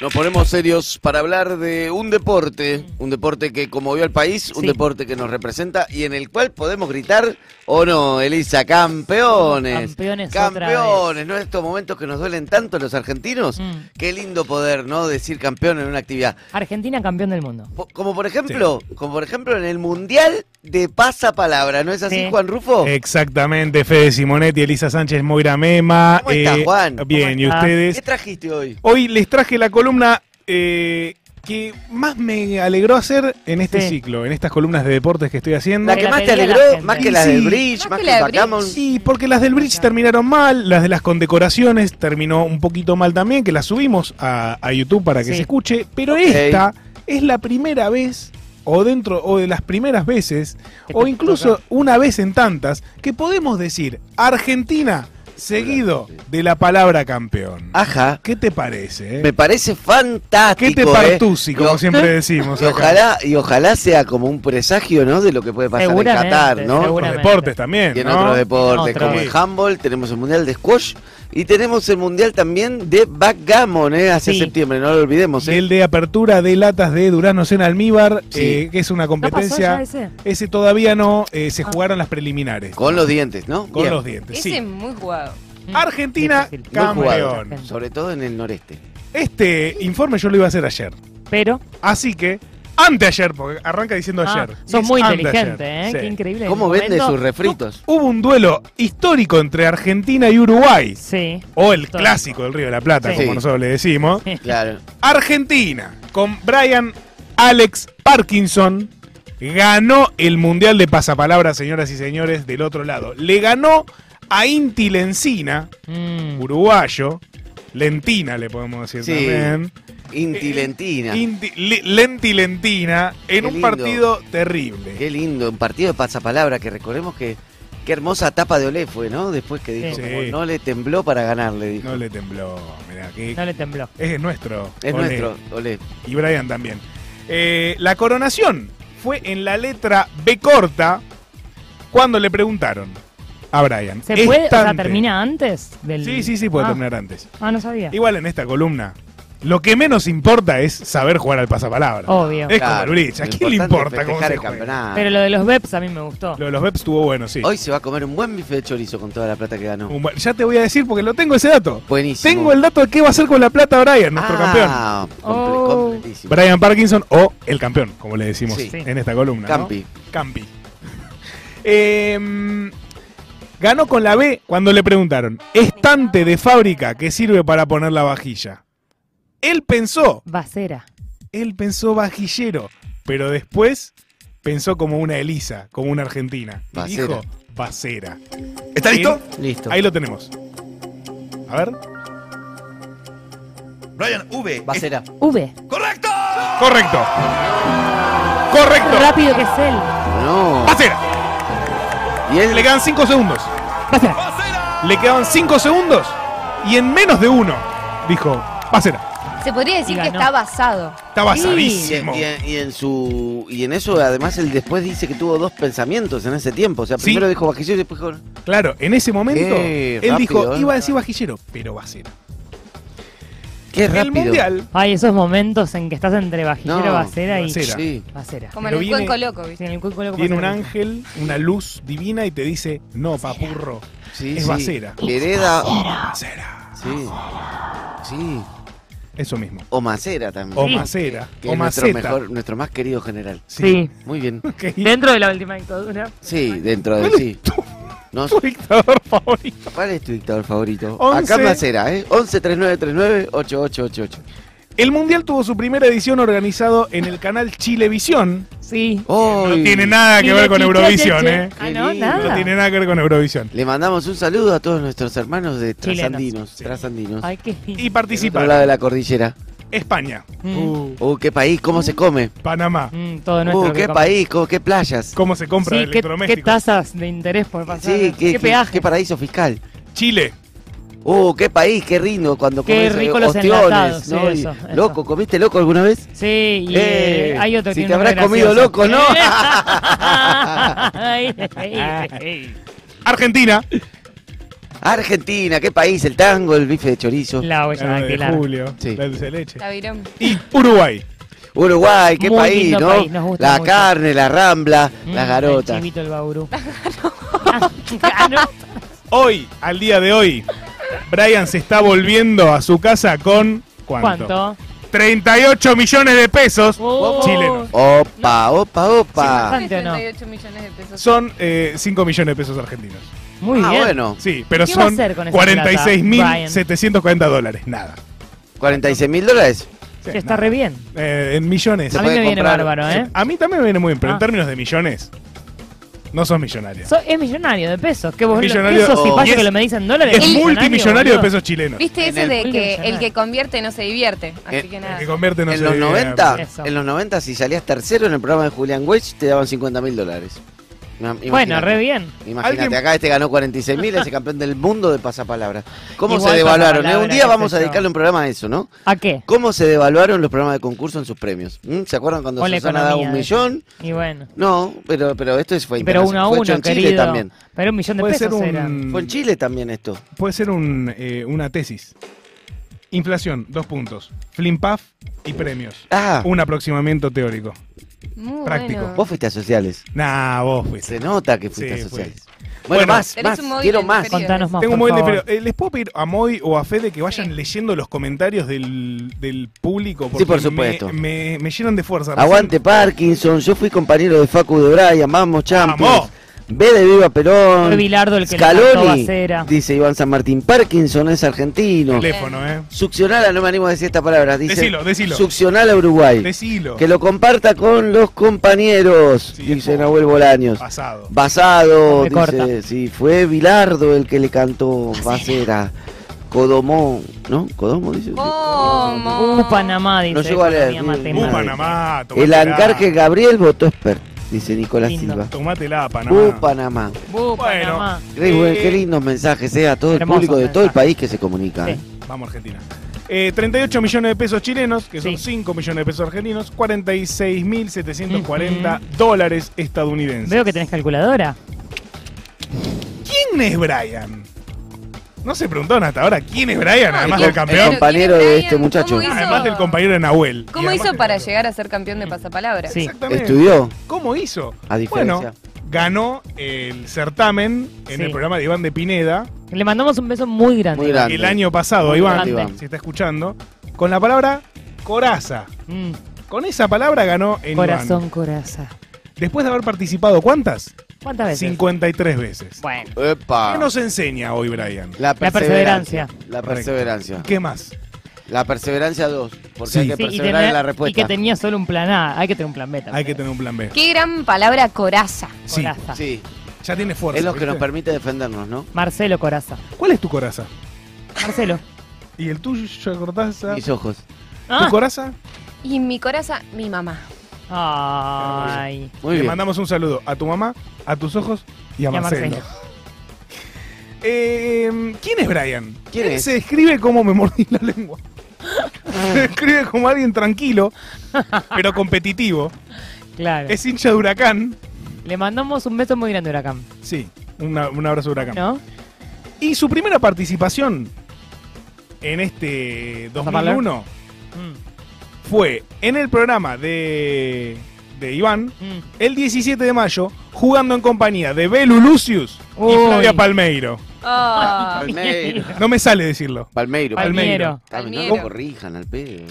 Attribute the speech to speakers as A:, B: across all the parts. A: Nos ponemos serios para hablar de un deporte, un deporte que conmovió al país, un
B: Sí.
A: deporte que nos representa y en el cual podemos gritar, o no, Elisa, campeones.
B: Campeones otra vez.
A: Campeones, ¿no? Estos momentos que nos duelen tanto a los argentinos.
B: Mm.
A: Qué lindo poder, ¿no? Decir campeón en una actividad.
B: Argentina campeón del mundo.
A: Po- Como por ejemplo, como por ejemplo en el Mundial de Pasapalabra, ¿no es así,
B: Sí.
A: Juan Rufo?
C: Eh, Exactamente, Fede Simonetti, Elisa Sánchez, Moira Mema. eh,
A: ¿Cómo estás, Juan? ¿Cómo
C: Bien, ¿y
B: estás?
A: ¿Qué
C: ustedes?
A: trajiste hoy?
C: Hoy les traje la columna eh, que más me alegró hacer en este
B: Sí.
C: ciclo, en estas columnas de deportes que estoy haciendo.
A: La que
B: la
A: más te
B: pedía la
A: alegró,
B: gente.
A: más que
C: Y
A: la del
C: sí.
A: Bridge,
D: Más
A: más
D: que
A: que
D: la
A: el
D: del
A: Backgammon.
C: Sí, porque las del Bridge terminaron mal, las de las condecoraciones terminó un poquito mal también, que las subimos a, a YouTube para que
B: Sí.
C: se escuche, pero
A: Ok.
C: esta es la primera vez o dentro o de las primeras veces
B: Que
C: o
B: te
C: incluso
B: toca.
C: una vez en tantas que podemos decir Argentina seguido de la palabra campeón.
A: Ajá.
C: ¿Qué te
A: Ah.
C: parece?
A: Me
C: eh?
A: parece fantástico.
C: ¿Qué te
A: eh.
C: partusi,
A: Y o-
C: como siempre decimos
A: Y
C: acá?
A: ojalá, y ojalá sea como un presagio, ¿no? De lo que puede pasar en
B: Seguramente,
A: Qatar, ¿no?
B: seguro.
C: Los
B: Seguramente.
C: deportes también,
A: Y en
C: ¿no?
A: otros deportes,
B: Otro.
A: como el handball, tenemos el mundial de squash y tenemos el mundial también de backgammon, ¿eh? Hacia
B: Sí.
A: septiembre, no lo olvidemos,
C: Y
A: ¿eh?
C: el de apertura de latas de duraznos en almíbar,
A: Sí.
C: eh, que es una
B: ¿No pasó
C: competencia.
B: ya ese?
C: Ese todavía no, eh, se jugaron las preliminares.
A: Con los dientes, ¿no?
C: Con
A: Bien.
C: los dientes,
D: Ese
C: Este, sí.
D: es muy jugado.
B: Mm.
C: Argentina
B: Difícil.
A: Muy jugado.
C: campeón.
A: Sobre todo en el noreste.
C: Este informe yo lo iba a hacer ayer.
B: Pero
C: Así que, anteayer, porque arranca diciendo
B: ah,
C: ayer.
B: sos
C: Es
B: muy
C: anteayer,
B: inteligente, ¿eh?
C: sí.
B: Qué increíble.
A: ¿Cómo
B: En el
A: vende sus
B: momento-
A: refritos?
C: Hubo un duelo histórico entre Argentina y Uruguay.
B: Sí.
C: O el
B: Histórico.
C: clásico del Río de la Plata,
B: Sí.
C: como nosotros le decimos.
A: Claro.
C: Argentina, con Brian Alex Parkinson, ganó el Mundial de Pasapalabra, señoras y señores, del otro lado. Le ganó a Inti Lencina,
B: Mm.
C: uruguayo. Lentina, le podemos decir
A: Sí.
C: también.
A: Intilentina.
C: Inti- Le- Lenti Lentina, en
A: Qué
C: un
A: lindo.
C: partido terrible.
A: Qué lindo, un partido de pasapalabra que recordemos que qué hermosa tapa de Olé fue, ¿no? Después que dijo,
B: Sí.
A: como,
C: Sí.
A: no le tembló para ganarle, dijo.
C: No le tembló, mirá, que
B: No le tembló.
C: es nuestro.
A: es
C: Olé.
A: nuestro, Olé.
C: Y Brian también. Eh, la coronación fue en la letra B corta cuando le preguntaron a Brian.
B: ¿Se puede? O sea,
C: Estante.
B: ¿termina antes del.?
C: Sí, sí, sí, puede
B: Ah,
C: terminar antes.
B: Ah, no sabía.
C: Igual en esta columna, lo que menos importa es saber jugar al pasapalabra.
B: Obvio.
C: Es como el bridge, ¿a
A: lo
C: quién
A: importante
C: le
A: es
C: importa cómo
A: festejar
C: se
A: el
C: juega?
A: campeonato.
B: Pero lo de los webs a mí me gustó.
C: Lo de los Beps estuvo bueno, sí.
A: Hoy se va a comer un buen bife de chorizo con toda la plata que ganó.
C: Un buen- Ya te voy a decir porque lo tengo ese dato.
A: Buenísimo.
C: Tengo el dato de qué va a hacer con la plata Brian, nuestro campeón.
A: ah, comple-
B: Oh.
A: completísimo.
C: Brian Parkinson o el campeón, como le decimos
A: Sí.
C: en esta columna. ¿no?
A: Campi.
C: Campi. Em, ganó con la B cuando le preguntaron, estante de fábrica que sirve para poner la vajilla. Él pensó,
B: Basera.
C: él pensó vajillero, pero después pensó como una Elisa, como una argentina. Y
A: Vasera.
C: dijo, vasera.
E: ¿Está listo?
A: Listo.
C: Ahí lo tenemos. A ver.
E: Brian V.
A: Basera.
B: V.
E: ¡Correcto!
C: Correcto. Correcto.
B: Rápido que es él.
A: No.
C: Vasera.
A: Y él
C: Le quedan 5 segundos.
B: Basera.
E: ¡Basera!
C: Le quedaban 5 segundos y en menos de uno dijo, Vasera.
D: Se podría decir
B: Y
D: que
B: ganó.
D: está basado.
A: y,
C: Está
A: en-
C: basadísimo.
A: y en- y en su y en eso además él después dice que tuvo dos pensamientos en ese tiempo, o sea,
C: Sí.
A: primero dijo vajillo y después dijo
C: Claro, en ese momento
A: Qué
C: él
A: rápido,
C: dijo,
A: ¿eh?
C: iba a decir vajillero, pero Vasera.
A: qué rápido.
C: El mundial.
B: Ay, esos momentos en que estás entre vajillero,
A: No,
B: basera y.
C: basera.
A: Sí.
B: Basera.
D: Como
C: Pero
D: en el
C: viene-
D: cuenco loco,
B: Sí,
D: ¿viste?
B: en el cuenco loco
C: Viene un
B: basera.
C: ángel, una luz divina y te dice, no, papurro,
A: Sí,
C: Es
A: sí.
C: Vasera.
A: Hereda.
C: Vasera.
A: Sí. Sí.
C: Eso mismo.
A: O Macera también.
C: O Macera.
A: Que
C: O
A: es nuestro,
C: Maceta.
A: mejor, nuestro más querido general.
B: Sí.
A: Muy bien.
C: Ok.
B: Dentro de la última dictadura.
A: Sí, dentro de
C: ¿Cuál es
A: sí.
C: tu-
A: No,
C: tu dictador favorito?
A: ¿Cuál es tu dictador favorito?
C: Once.
A: Acá Macera, ¿eh? 11 3939 8888.
C: El mundial tuvo su primera edición organizado en el canal Chilevisión.
B: Sí.
C: No
A: ¡Ay!
C: tiene nada que
B: Y
C: ver
B: la
C: con
B: chicha,
C: Eurovisión,
B: che, che.
C: ¿eh?
B: Ah, no,
A: Qué lindo.
C: No
B: nada.
C: tiene nada que ver con Eurovisión.
A: Le mandamos un saludo a todos nuestros hermanos de
B: Chilenos.
A: Trasandinos.
C: Sí.
A: Trasandinos.
B: Ay, qué lindo.
C: Y
A: Del otro lado
C: participaron
A: de la cordillera.
C: España,
B: Mm.
C: Uh,
A: ¡Uh, qué país! ¿Cómo se come?
C: Panamá.
B: Mm, todo nuestro.
A: ¡Uh,
B: que
A: qué
B: come.
A: país! cómo- ¿Qué playas?
C: ¿Cómo se
B: Sí,
C: compra
B: qué,
C: el
B: qué
C: electrodoméstico?
B: tasas de interés por pasar.
A: Sí, qué, qué-
B: peaje.
A: qué paraíso fiscal.
C: Chile.
A: ¡Uh, qué país! ¡Qué rindo cuando
B: Qué
A: comes eh,
B: rico los
A: ostiones,
B: enlatados, sí,
A: ¿no? Y-
B: eso, eso.
A: ¿Loco? ¿Comiste loco alguna vez?
B: Sí, y
A: Eh,
B: eh, hay otro
A: si
B: que
A: te
B: tiene un
A: habrás
B: nombre
A: comido
B: gracioso.
A: loco, ¿no?
B: Ay, ay, ay.
C: Argentina
A: Argentina, qué país, el tango, el bife de chorizo.
B: La huella
C: La de
B: dactilar.
C: Julio,
A: Sí.
C: la dulce de leche.
D: Tabirón.
C: Y Uruguay.
A: Uruguay, qué
B: Muy
A: país,
B: lindo
A: ¿no?
B: país, nos gusta
A: la
B: mucho.
A: carne, la rambla,
B: Mm,
A: las garotas.
B: El chivito, el bauru. Ah, no.
C: Hoy, al día de hoy, Brian se está volviendo a su casa con. ¿Cuánto?
B: ¿Cuánto?
C: 38 millones de pesos
B: Oh.
C: chilenos.
A: Opa, opa, opa.
B: bastante o no.
D: 38 millones de pesos.
C: Son 5 millones de pesos argentinos.
B: Muy
A: ah,
B: bien.
A: bueno,
C: Sí, pero
B: ¿Qué va a
C: son
B: hacer con esa
C: 46.740 dólares. Nada.
A: 46 mil dólares.
C: Sí,
B: Sí, está
C: nada.
B: re bien.
C: Eh, en millones.
A: Se
B: A mí
A: puede
B: me viene
A: comprar-
B: bárbaro, ¿eh?
C: A mí también me viene muy bien, pero en
B: Ah.
C: términos de millones, no sos millonario.
B: So- es millonario de pesos. ¿Qué vos
C: Millonario-
B: ¿qué sos
A: Oh.
B: cipayo
C: Y es-
B: que lo me dicen dólares?
C: Es
B: Millonario,
C: multimillonario de
B: boludo.
C: pesos chilenos.
D: ¿Viste
A: En
D: eso
A: el-
D: de
B: Muy
D: que
B: millonario.
D: el que convierte no se divierte?
A: Eh,
D: Así que
C: El
D: nada.
C: que convierte no eh,
A: en
C: se
A: los
C: ve-
A: 90,
B: Eso.
A: en los 90 si salías tercero en el programa de Julián Welch te daban 50 mil dólares. Ima-
B: Bueno,
A: imagínate.
B: re bien.
A: Imagínate,
C: Alguien-
A: acá este ganó 46 mil, ese campeón del mundo de pasapalabra. ¿Cómo
B: Igual
A: se devaluaron? eh?
B: pasapalabra,
A: Un día
B: qué
A: vamos
B: sé
A: a
B: yo.
A: dedicarle un programa a eso, ¿no?
B: ¿A qué?
A: ¿Cómo se devaluaron los programas de concurso en sus premios? ¿Mm? ¿Se acuerdan cuando
B: O la
A: Susana daba un
B: economía, de-
A: millón?
B: Y bueno.
A: No, pero, pero esto es- fue
B: Pero
A: internacional.
B: uno a
A: Fue hecho
B: uno,
A: en Chile
B: querido.
A: también.
B: Pero un millón de
C: Puede ser,
B: pesos era.
A: Fue en
C: un,
A: Chile también esto.
C: puede ser un, eh, una tesis. Inflación, dos puntos. Flimpaf y premios.
A: Ah,
C: Un aproximamiento teórico.
D: Muy
C: Práctico.
D: bueno.
A: vos fuiste a sociales.
C: Nah, vos fuiste.
A: Se nota que fuiste
C: Sí,
A: a
C: fui.
A: sociales. Bueno,
C: Bueno.
A: más,
D: Tenés
A: más.
D: un móvil
A: Quiero
D: en
A: más.
D: feria.
B: Contanos más,
C: Tengo un
B: por
C: móvil de
B: favor.
C: pero, eh, ¿Les puedo pedir a Moy o a Fede que vayan
D: Sí.
C: leyendo los comentarios del, del público?
A: Sí, por
C: Porque
A: supuesto.
C: Me, me- me llenan de fuerza. Recién-
A: Aguante Parkinson, yo fui compañero de Facu de Brian, vamos Champions.
C: Vamos.
A: B de Viva Perón.
B: Fue Bilardo el que le cantó
A: Scaloni,
B: Bacera.
A: dice Iván San Martín. Parkinson es argentino.
C: Teléfono, ¿eh?
A: Succionala, no me animo a decir esta palabra. Dice,
C: Decilo, decilo.
A: Succionala Uruguay.
C: Decilo.
A: Que lo comparta con los compañeros,
C: Sí,
A: dice
C: es poco.
A: Nahuel Bolaños.
C: Pasado.
A: Basado,
B: Me
A: dice,
B: corta. Ah,
A: sí, fue Bilardo el que le cantó Bacera. Codomó, ¿no? Codomo dice.
D: ¿Cómo?
B: Uh, Panamá, dice.
A: No llego a leer.
B: economía
A: Uh,
C: Uh,
B: matemática.
C: Panamá.
A: El
C: tomatela.
A: Ancarque Gabriel votó expert, dice Nicolás
B: Lindo.
A: Silva.
C: Tomátela, Panamá.
A: Uh, Panamá.
B: Uh,
C: Bueno.
B: Panamá.
A: Qué, buen-
C: Eh,
A: qué lindos mensajes, eh, a todo el
B: hermosos
A: público de todo el
B: mensajes.
A: país que se comunica.
B: Sí.
A: eh.
C: Vamos, Argentina. Eh, 38 millones de pesos chilenos, que son
B: Sí.
C: 5 millones de pesos argentinos, 46.740 dólares estadounidenses.
B: Veo que tenés calculadora.
C: ¿Quién es Brian? No se preguntaron hasta ahora quién es Brian, además
A: el-
C: del campeón.
A: el compañero de este
D: ¿Cómo
A: muchacho.
D: hizo?
C: Además del compañero de este Nahuel. Y
D: ¿Cómo
C: además
D: hizo
C: del
D: para
C: otro.
D: llegar a ser campeón de pasapalabra?
B: Sí.
C: Exactamente.
A: Estudió,
C: ¿Cómo hizo?
A: a diferencia.
C: Bueno, ganó el certamen en
B: Sí.
C: el programa de Iván de Pineda
B: Le mandamos un beso muy grande.
A: Muy grande.
C: el año pasado, Iván,
B: Grande.
C: si está escuchando, con la palabra coraza.
B: Mm,
C: Con esa palabra ganó en Iván.
B: corazón, coraza.
C: Después de haber participado, ¿cuántas?
B: ¿Cuántas veces?
C: 53 veces.
B: Bueno.
A: Epa.
C: ¿Qué nos enseña hoy, Brian?
A: La perseverancia. La
B: perseverancia.
C: Correcto.
A: perseverancia.
C: ¿Qué más?
A: La perseverancia 2. Porque
C: Sí.
A: hay que
B: Sí, y,
A: perseverar
B: tener-
A: en la
B: y que
A: respuesta.
B: tenía solo un plan A. Hay que tener un plan B también.
C: Hay que tener un plan B.
D: Qué gran palabra coraza.
C: Sí,
B: Coraza.
A: Sí,
C: ya tiene fuerza.
A: es lo que
C: ¿viste?
A: nos permite defendernos, ¿no?
B: Marcelo Coraza.
C: ¿Cuál es tu coraza?
B: Marcelo.
C: ¿Y el tuyo, Cortaza?
A: Mis ojos.
B: Ah.
C: ¿Tu coraza?
D: Y en mi coraza, mi mamá.
B: Ay.
A: Muy
C: Le
A: bien.
C: mandamos un saludo a tu mamá, a tus ojos y a,
B: Y a
C: Marcelo. Eh, ¿Quién es Brian?
A: ¿Quién
C: Él
A: es?
C: Se describe como me mordí la lengua. se describe como alguien tranquilo, pero competitivo.
B: Claro.
C: Es hincha de huracán.
B: Le mandamos un beso muy grande, Huracán.
C: Sí, una- un abrazo de huracán.
B: ¿No?
C: Y su primera participación en este
B: ¿Vas a hablar?
C: 2001
B: Mm,
C: fue en el programa de, de Iván
B: mm.
C: el 17 de mayo, jugando en compañía de Belu Lucius y
B: Uy.
C: Flavia Palmeiro.
D: Ah.
A: Palmeiro.
C: No me sale decirlo.
A: Palmeiro.
B: Palmiero.
A: Está bien, No
D: Palmiero.
A: me corrijan al pedo.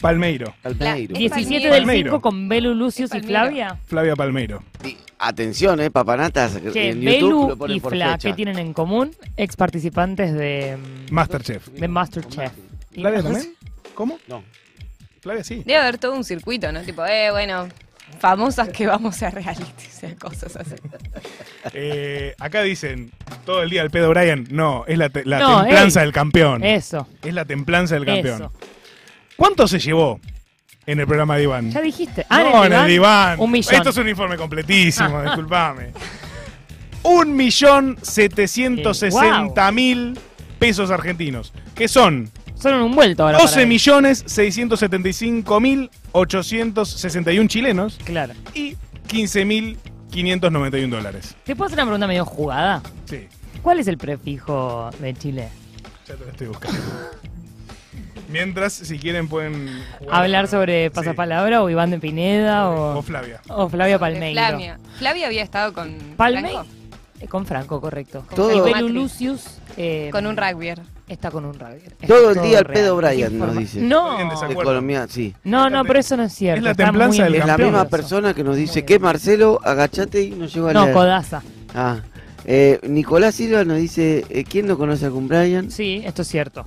C: Palmeiro.
A: Palmeiro.
D: La-
B: 17
D: Palmiero.
B: del
C: Palmeiro.
B: 5 con Belu, Lucius y
D: Palmiero.
B: Flavia.
C: Flavia Palmeiro.
A: Di- Atención, eh, papanatas.
B: Che,
A: en YouTube lo
B: Belu
A: ponen
B: y
A: por
B: Fla,
A: fecha.
B: ¿qué tienen en común? Ex participantes de, mm,
C: Masterchef.
B: de Masterchef.
C: ¿Flavia también? ¿Cómo?
A: No.
C: Flavia sí.
D: Debe haber todo un circuito, ¿no? Tipo, eh, bueno, famosas que vamos a reality, o sea, cosas así.
C: Eh, acá dicen todo el día el pedo Brian. No, es la, te- la
B: No,
C: templanza
B: ey.
C: del campeón. Es.
B: Eso,
C: la templanza del campeón.
B: eso.
C: ¿Cuánto se llevó en el programa de Iván?
B: Ya dijiste. Ah,
C: no, en el diván.
B: Un millón. Ah.
C: Esto es un informe completísimo, disculpame. Un millón setecientos sesenta mil pesos argentinos, que son
B: Son un vuelto ahora. para
C: 12
B: él.
C: millones 675 mil 861 chilenos
B: Claro.
C: y 15 mil 591 dólares.
B: ¿Te puedo hacer una pregunta medio jugada?
C: Sí.
B: ¿Cuál es el prefijo de Chile?
C: Ya te lo estoy buscando. Mientras, si quieren, pueden jugar.
B: ¿Hablar sobre
C: Sí.
B: Pasapalabra o Iván de Pineda
C: O
B: o,
C: Flavia.
B: o Flavia Palmeiro?
D: Flavia. Flavia había estado con.
B: Palmei-
D: Franco,
B: Eh, Con Franco, correcto.
D: Con
A: Todo-
B: El
D: Franco
B: Belu
D: Macri,
B: Lucius eh,
D: Con un rugbyer.
B: está con un radio. Está
A: Todo el día el
B: real.
A: pedo Brian nos
B: Informa-
A: dice.
B: No,
C: Estoy en desacuerdo. acuerdo.
A: Economía, sí.
B: no, no, pero eso no es cierto.
C: Es la
B: está muy
C: templanza del
A: Es
B: envidioso.
A: la
C: campeón.
A: misma persona que nos dice
B: Muy
A: que
B: bien.
A: Marcelo, agachate y no llegó a
B: No,
A: leer.
B: Codaza.
A: Ah, eh, Nicolás Silva nos dice, eh, ¿quién no conoce a Kun Brian?
B: Sí, esto es cierto.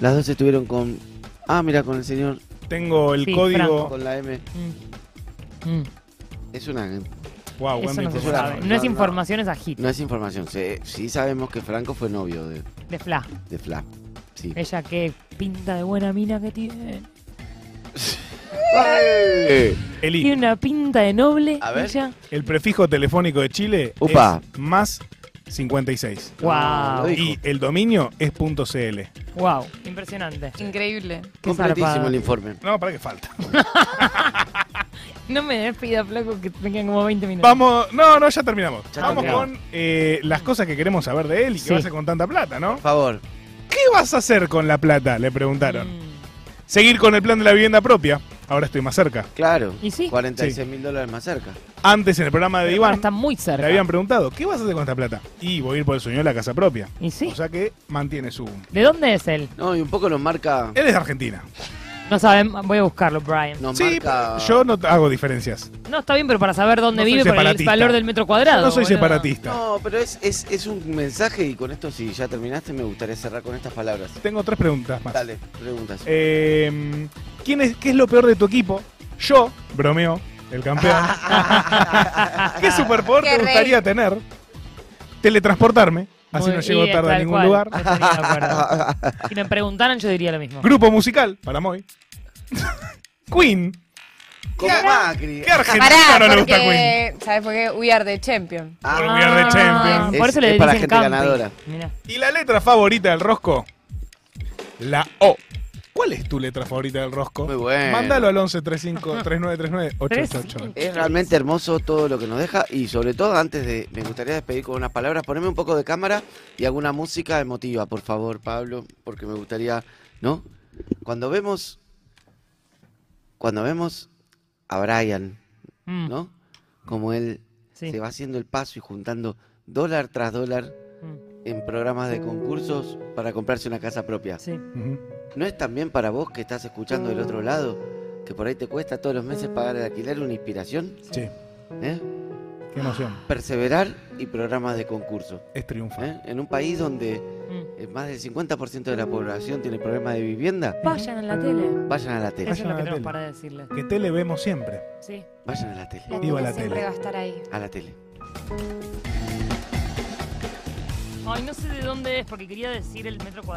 A: Las dos estuvieron con... Ah, mira, con el señor,
C: Tengo el
B: Sí,
C: código.
A: con la M.
B: Mm. Mm.
A: Es una...
C: Wow,
B: Eso no se
A: Franco.
B: sabe. No
A: No,
B: es
A: no.
B: información, es agit.
A: No es información. Se- sí sabemos que Franco fue novio de,
B: De Fla.
A: de Fla. Sí.
B: Ella qué pinta de buena mina que tiene.
A: ¡Ay!
C: Eli,
B: Tiene una pinta de noble.
A: A ver.
B: Ella.
C: el prefijo telefónico de Chile
A: Upa.
C: es más 56.
A: No, lo
B: Wow.
A: dije.
C: Y el dominio es .cl.
B: Wow. Impresionante.
D: Increíble.
B: Qué
A: Completísimo
B: zarpado.
A: el informe.
C: No, para que falta.
B: No me despida, flaco, que me quedan como 20 minutos.
C: Vamos, no, no, ya terminamos.
A: Ya
C: Vamos
A: terminamos.
C: con eh, las cosas que queremos saber de él y que
B: Sí.
C: va a hacer con tanta plata, ¿no?
A: Por favor.
C: ¿Qué vas a hacer con la plata? Le preguntaron.
B: Mm.
C: Seguir con el plan de la vivienda propia. Ahora estoy más cerca.
A: Claro.
B: ¿Y sí?
A: 46 mil dólares más cerca.
C: Antes en el programa de
B: Pero
C: Iván
B: Está muy cerca.
C: le habían preguntado, ¿qué vas a hacer con esta plata? Y voy a ir por el sueño de la casa propia.
B: ¿Y sí?
C: O sea que mantiene su...
B: ¿De dónde es él?
A: No, y un poco nos marca...
C: Él es de Argentina.
B: No saben, voy a buscarlo, Brian. No,
A: Nos
C: sí,
A: marca...
C: yo no hago diferencias.
B: está bien, pero para saber dónde
C: No soy
B: vive por el
C: separatista.
B: valor del metro cuadrado.
C: no soy
B: boludo.
C: separatista.
A: No, pero es, es, es un mensaje y con esto, si ya terminaste, me gustaría cerrar con estas palabras.
C: Tengo tres preguntas más.
A: Dale, preguntas.
C: Eh, ¿quién es, ¿Qué es lo peor de tu equipo? Yo, bromeo, el campeón. ¿Qué superpoder
D: Qué
C: te
D: rey.
C: gustaría tener? Teletransportarme, así
B: Muy-
C: no llego
B: y
C: tarde a
B: tal
C: ningún
B: cual,
C: lugar.
B: no estaría de acuerdo. si me preguntaran, yo diría lo mismo.
C: Grupo musical, para Moy. Queen.
A: Como
C: ¿Qué-
A: Macri.
C: ¿Qué argentino
D: Pará,
C: no le gusta Queen?
D: porque. ¿Sabes por qué? We are the champion.
A: Ah,
C: Por mirar de
B: Por
C: Champions.
A: Es-
B: eso le
A: es
B: dicen
A: para gente
B: Campi.
A: ganadora.
B: Mirá.
C: ¿Y la letra favorita del rosco? La O. ¿Cuál es tu letra favorita del rosco?
A: Muy bueno.
C: Mándalo al 11 35 3939 888.
A: Es realmente hermoso todo lo que nos deja y sobre todo antes de, me gustaría despedir con unas palabras, poneme un poco de cámara y alguna música emotiva, por favor, Pablo, porque me gustaría, ¿no? Cuando vemos, cuando vemos a Brian,
B: Mm,
A: ¿no? Como él
B: sí.
A: se va haciendo el paso y juntando dólar tras dólar
B: Mm,
A: en programas de concursos para comprarse una casa propia.
B: sí.
C: Ujú.
A: ¿No es también para vos que estás escuchando del otro lado, que por ahí te cuesta todos los meses pagar el alquiler, una inspiración?
C: Sí,
A: ¿Eh?
C: qué emoción.
A: Perseverar y programas de concurso.
C: Es triunfo.
A: ¿eh? En un país donde
B: Mm.
A: eh, más del 50% de la población tiene problemas de vivienda,
B: Vayan a la tele.
A: vayan a la
B: Eso
A: tele.
B: es
C: Vayan a
B: lo
C: la
B: que tenemos
C: tele.
B: para decirles.
C: Que te le vemos siempre.
B: Sí.
A: Vayan a la tele.
D: La
C: Viva la
D: siempre
C: tele.
D: va a estar ahí.
A: A la tele.
B: Ay, no sé de dónde es porque quería decir el metro